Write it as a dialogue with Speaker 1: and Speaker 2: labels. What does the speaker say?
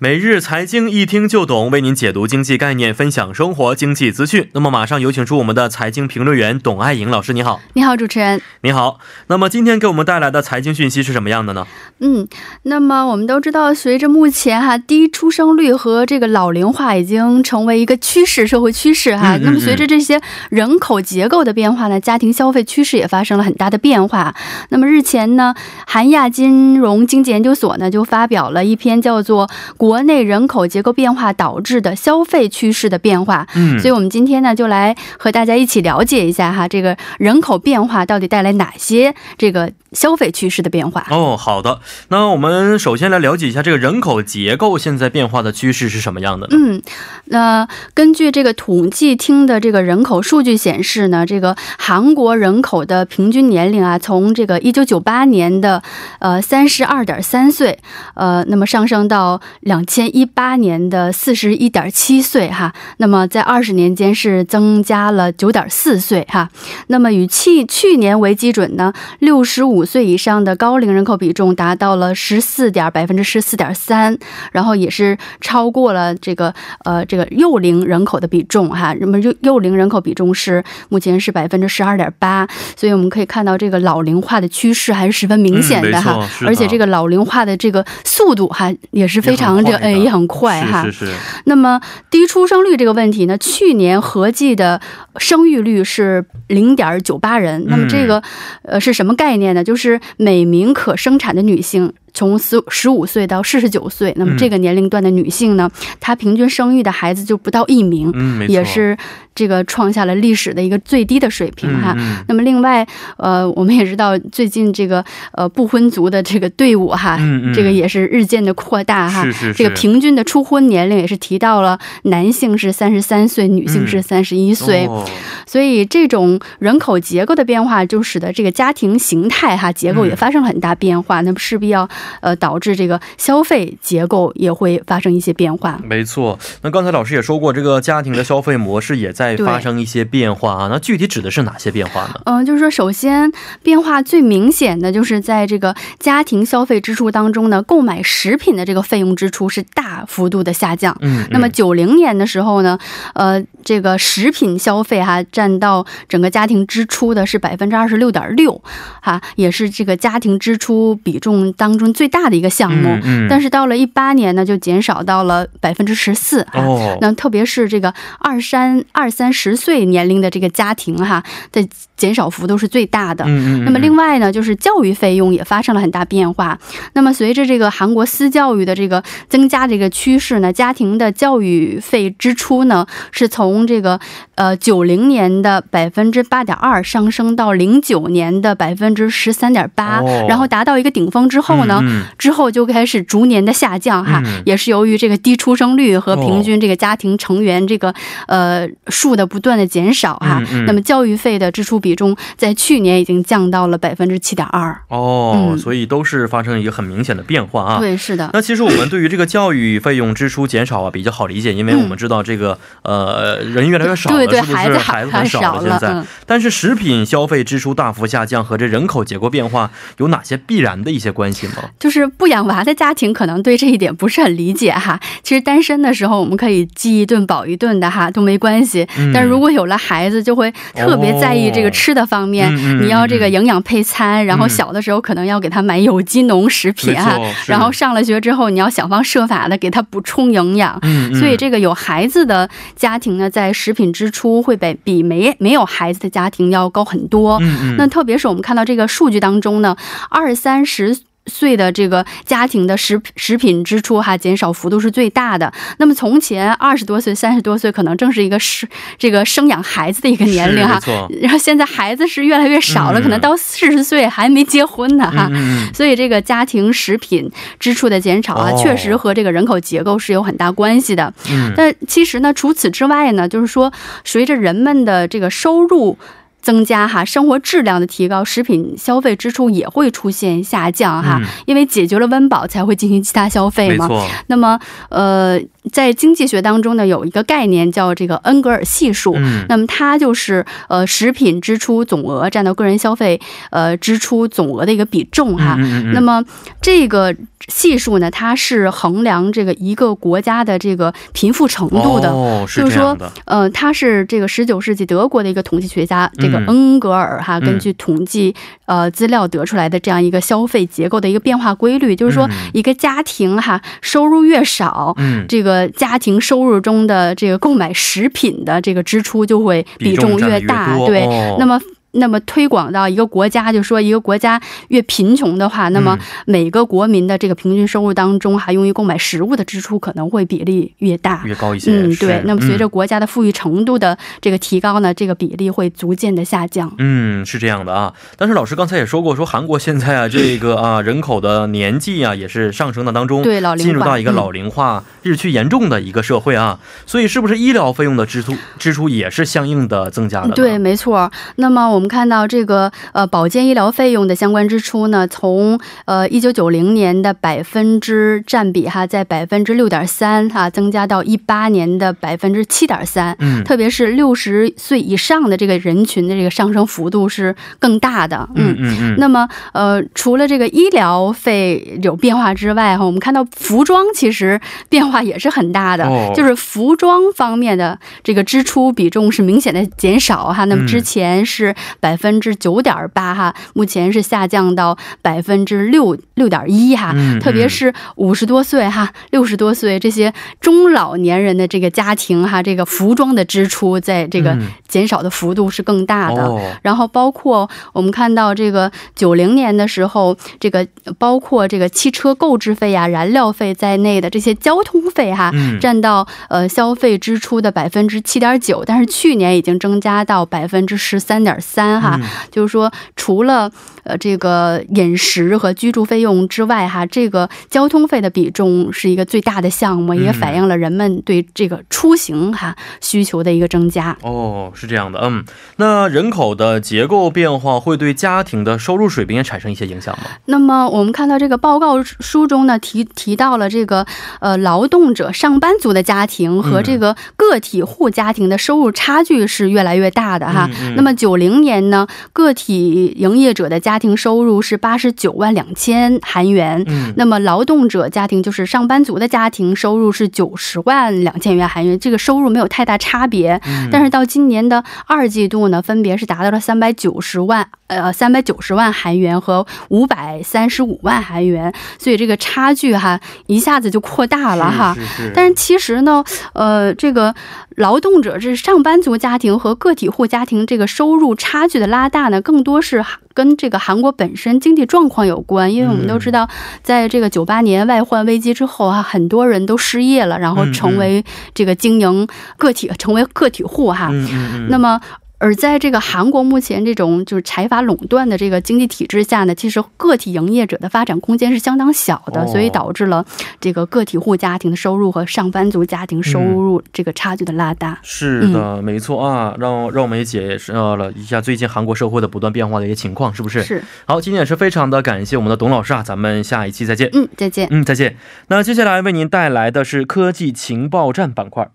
Speaker 1: 每日财经一听就懂，为您解读经济概念，分享生活经济资讯。那么，马上有请出我们的财经评论员董爱颖老师，你好，
Speaker 2: 你好，主持人。
Speaker 1: 你好。那么，今天给我们带来的财经讯息是什么样的呢？
Speaker 2: 嗯，那么我们都知道，随着目前哈低出生率和这个老龄化已经成为一个趋势，社会趋势哈。
Speaker 1: 嗯嗯嗯
Speaker 2: 那么随着这些人口结构的变化呢，家庭消费趋势也发生了很大的变化。那么日前呢，韩亚金融经济研究所呢就发表了一篇叫做《国内人口结构变化导致的消费趋势的变化》，
Speaker 1: 嗯
Speaker 2: 所以，我们今天呢，就来和大家一起了解一下哈，这个人口变化到底带来哪些这个消费趋势的变化。
Speaker 1: 哦，好的。那我们首先来了解一下这个人口结构现在变化的趋势是什么样的呢？
Speaker 2: 嗯，那、根据这个统计厅的这个人口数据显示呢，这个韩国人口的平均年龄啊，从这个一九九八年的呃三十二点三岁，呃，那么上升到两千一八年的四十一点七岁哈，那么在二十年间是增加了九点四岁哈，那么与去去年为基准呢，六十五岁以上的高龄人口比重达到了十四点百分之十四点三，然后也是超过了这个呃这个幼龄人口的比重哈。那么幼幼龄人口比重是目前是百分之十二点八，所以我们可以看到这个老龄化的趋势还是十分明显的哈。
Speaker 1: 嗯没错是的
Speaker 2: 而且这个老龄化的这个速度哈也是非常这
Speaker 1: 也很快
Speaker 2: 呃
Speaker 1: 的
Speaker 2: 也很快哈。
Speaker 1: 是是是，
Speaker 2: 那么低出生率这个问题呢，去年合计的生育率是零点九八人。那么
Speaker 1: 嗯
Speaker 2: 这个、呃是什么概念呢？就是每名可生产的女性。从十十五岁到四十九岁，
Speaker 1: 嗯
Speaker 2: 那么这个年龄段的女性呢，她平均生育的孩子就不到一名，
Speaker 1: 嗯，没错，
Speaker 2: 也是这个创下了历史的一个最低的水平
Speaker 1: 嗯
Speaker 2: 哈。
Speaker 1: 嗯
Speaker 2: 那么另外，呃，我们也知道最近这个呃不婚族的这个队伍哈，
Speaker 1: 嗯嗯
Speaker 2: 这个也是日渐的扩大哈。
Speaker 1: 是是是哦
Speaker 2: 这个平均的初婚年龄也是提到了，男性是三十三岁，女性是三十一岁、
Speaker 1: 嗯哦
Speaker 2: 所以这种人口结构的变化，就使得这个家庭形态哈结
Speaker 1: 嗯
Speaker 2: 构也发生了很大变化，那么势必要呃导致这个消费结构也会发生一些变化。
Speaker 1: 没错，那刚才老师也说过，这个家庭的消费模式也在发生一些变化啊。那具体指的是哪些变化呢？
Speaker 2: 嗯，就是说，首先变化最明显的就是在这个家庭消费支出当中呢，购买食品的这个费用支出是大幅度的下降。
Speaker 1: 嗯，
Speaker 2: 那么九零年的时候呢，呃，这个食品消费哈、占到整个家庭支出的是百分之二十六点六，哈，也是这个家庭支出比重当中最大的一个项目。
Speaker 1: 嗯嗯，
Speaker 2: 但
Speaker 1: 是
Speaker 2: 是到了一八年呢，就减少到了百分之十四啊。
Speaker 1: 哦，
Speaker 2: 那特别是这个二三二三十岁年龄的这个家庭哈的减少幅度是最大的。
Speaker 1: 嗯嗯，
Speaker 2: 那么另外呢，就是教育费用也发生了很大变化。那么随着这个韩国私教育的这个增加这个趋势呢，家庭的教育费支出呢，是从这个呃九零年的百分之八点二上升到零九年的百分之十三点八
Speaker 1: 哦，
Speaker 2: 然后达到一个顶峰之后呢，
Speaker 1: 嗯
Speaker 2: 之后就开始逐年的下降哈，
Speaker 1: 嗯哦
Speaker 2: 也是由于这个低出生率和平均这个家庭成员这个、呃数的不断的减少哈、
Speaker 1: 嗯嗯
Speaker 2: 那么教育费的支出比重在去年已经降到了百分之七点二。
Speaker 1: 哦，
Speaker 2: 嗯
Speaker 1: 所以都是发生一个很明显的变化啊。
Speaker 2: 对，是的。
Speaker 1: 那其实我们对于这个教育费用支出减少啊比较好理解，因为我们知道这个、呃人越来越少了，
Speaker 2: 嗯对对，
Speaker 1: 是不是
Speaker 2: 孩子
Speaker 1: 孩子
Speaker 2: 还
Speaker 1: 很
Speaker 2: 少
Speaker 1: 了现在、
Speaker 2: 嗯，
Speaker 1: 但是食品消费支出大幅下降和这人口结构变化有哪些必然的一些关系吗？
Speaker 2: 就是不养娃的家庭可能对这一点不是很理解哈。其实单身的时候，我们可以饥一顿饱一顿的哈，都没关系。
Speaker 1: 嗯
Speaker 2: 但如果有了孩子，就会呃特别在意这个吃的方面，
Speaker 1: 嗯嗯嗯
Speaker 2: 你要这个
Speaker 1: 嗯
Speaker 2: 营养配餐，然后
Speaker 1: 嗯
Speaker 2: 小的时候可能要给他买有机农食品哈、
Speaker 1: 没错是
Speaker 2: 然后上了学之后，你要想方设法的给他补充营养。
Speaker 1: 嗯，嗯
Speaker 2: 所以这个有孩子的家庭呢，在食品支出会比比没没有孩子的家庭要高很多。
Speaker 1: 嗯嗯，
Speaker 2: 那特别是我们看到这个数据当中呢，二三十。岁的这个家庭的食食品支出哈、减少幅度是最大的。那么从前二十多岁、三十多岁可能正是一个是这个生养孩子的一个 年龄哈、啊
Speaker 1: 是没错
Speaker 2: 然后现在孩子是越来越少了，
Speaker 1: 嗯
Speaker 2: 可能到四十岁还没结婚呢哈、
Speaker 1: 嗯嗯
Speaker 2: 所以这个家庭食品支出的减少啊，
Speaker 1: 哦
Speaker 2: 确实和这个人口结构是有很大关系的。
Speaker 1: 嗯嗯，
Speaker 2: 但其实呢，除此之外呢，就是说，随着人们的这个收入。增加哈，生活质量的提高，食品消费支出也会出现下降哈，
Speaker 1: 嗯
Speaker 2: 因为解决了温饱才会进行其他消费
Speaker 1: 没
Speaker 2: 嘛。
Speaker 1: 错，
Speaker 2: 那么，呃，在经济学当中呢，有一个概念叫这个恩格尔系数。
Speaker 1: 嗯
Speaker 2: 那么它就是呃，食品支出总额占到个人消费呃支出总额的一个比重哈。
Speaker 1: 嗯嗯
Speaker 2: 那么这个系数呢，它是衡量这个一个国家的这个贫富程度的。
Speaker 1: 哦、是
Speaker 2: 就是
Speaker 1: 这
Speaker 2: 说
Speaker 1: 样的，
Speaker 2: 呃，他是这个十九世纪德国的一个统计学家，这
Speaker 1: 嗯
Speaker 2: 个恩格尔哈，
Speaker 1: 嗯
Speaker 2: 根据统计呃资料得出来的这样一个消费结构的一个变化规律，就是说
Speaker 1: 嗯
Speaker 2: 一个家庭哈收入越少，
Speaker 1: 嗯，
Speaker 2: 这个家庭收入中的这个购买食品的这个支出就会比重
Speaker 1: 占得
Speaker 2: 大，
Speaker 1: 多
Speaker 2: 对，
Speaker 1: 哦、
Speaker 2: 那么。那么推广到一个国家，就说一个国家越贫穷的话，那
Speaker 1: 嗯
Speaker 2: 么每个国民的这个平均收入当中，还用于购买食物的支出可能会比例越大。
Speaker 1: 越高一些，
Speaker 2: 嗯，
Speaker 1: 是
Speaker 2: 对。那么随着
Speaker 1: 嗯
Speaker 2: 国家的富裕程度的这个提高呢，这个比例会逐渐的下降。
Speaker 1: 嗯，是这样的啊，但是老师刚才也说过，说韩国现在啊，这个 啊人口的年纪啊也是上升的当中，
Speaker 2: 对老龄化嗯
Speaker 1: 进入到一个老龄化、日趋严重的一个社会啊，所以是不是医疗费用的支出支出也是相应的增加了呢？
Speaker 2: 对，没错。那么我们看到这个呃保健医疗费用的相关支出呢，从呃一九九零年的百分之占比哈，在百分之六点三哈，增加到一八年的百分之七点三。
Speaker 1: 嗯，
Speaker 2: 特别是六十岁以上的这个人群的这个上升幅度是更大的，
Speaker 1: 嗯嗯嗯，
Speaker 2: 那么，呃，除了这个医疗费有变化之外，哈，我们看到服装其实变化也是很大的，
Speaker 1: 哦
Speaker 2: 就是服装方面的这个支出比重是明显的减少哈。那么
Speaker 1: 嗯
Speaker 2: 之前是百分之九点八哈，目前是下降到百分之六六点一哈。
Speaker 1: 嗯
Speaker 2: 啊特别是五十多岁哈、六十多岁这些中老年人的这个家庭哈，这个服装的支出在这个
Speaker 1: 嗯
Speaker 2: 减少的幅度是更大的。
Speaker 1: 哦，
Speaker 2: 然后包括我们看到这个九零年的时候，这个包括这个汽车购置费呀、燃料费在内的这些交通费哈、
Speaker 1: 嗯
Speaker 2: 占到呃消费支出的百分之七点九，但是去年已经增加到百分之十三点三
Speaker 1: 嗯
Speaker 2: 哈、就是说除了呃这个饮食和居住费用之外哈，这个交通费的比重是一个最大的项目，也
Speaker 1: 嗯
Speaker 2: 反映了人们对这个出行哈需求的一个增加。
Speaker 1: 哦，是这样的，嗯，那人口的结构变化会对家庭的收入水平也产生一些影响吗？
Speaker 2: 那么我们看到这个报告书中呢提提到了这个呃劳动者上班族的家庭和
Speaker 1: 嗯
Speaker 2: 这个个体户家庭的收入差距是越来越大的啊哈。
Speaker 1: 嗯嗯
Speaker 2: 那么九零年呢，个体营业者的家庭收入是八十九万两千韩元。
Speaker 1: 嗯，
Speaker 2: 那么，劳动者家庭就是上班族的家庭，收入是九十万两千元韩元，这个收入没有太大差别。
Speaker 1: 嗯
Speaker 2: 但是到今年的二季度呢，分别是达到了三百九十万呃三百九十万韩元和五百三十五万韩元，所以这个差距哈一下子就扩大了哈。
Speaker 1: 是是是
Speaker 2: 但是其实呢，呃，这个劳动者这上班族家庭和个体户家庭这个收入差距的拉大呢，更多是韩跟这个韩国本身经济状况有关。因为我们
Speaker 1: 嗯
Speaker 2: 都知道，在这个九八年外患危机之后啊，很多人都失业了，然后
Speaker 1: 嗯嗯
Speaker 2: 成为这个经营个体，成为个体户啊哈。
Speaker 1: 嗯嗯嗯，
Speaker 2: 那么。而在这个韩国目前这种就是财阀垄断的这个经济体制下呢，其实个体营业者的发展空间是相当小的，
Speaker 1: 哦
Speaker 2: 所以导致了这个个体户家庭的收入和上班族家庭收
Speaker 1: 嗯
Speaker 2: 入这个差距的拉大。
Speaker 1: 是的，没错啊，让让我们也解释到了一下最近韩国社会的不断变化的一些情况，是不是？
Speaker 2: 是，
Speaker 1: 好，今天也是非常的感谢我们的董老师啊，咱们下一期再见。
Speaker 2: 嗯，再见。
Speaker 1: 嗯，再见。那接下来为您带来的是科技情报站板块。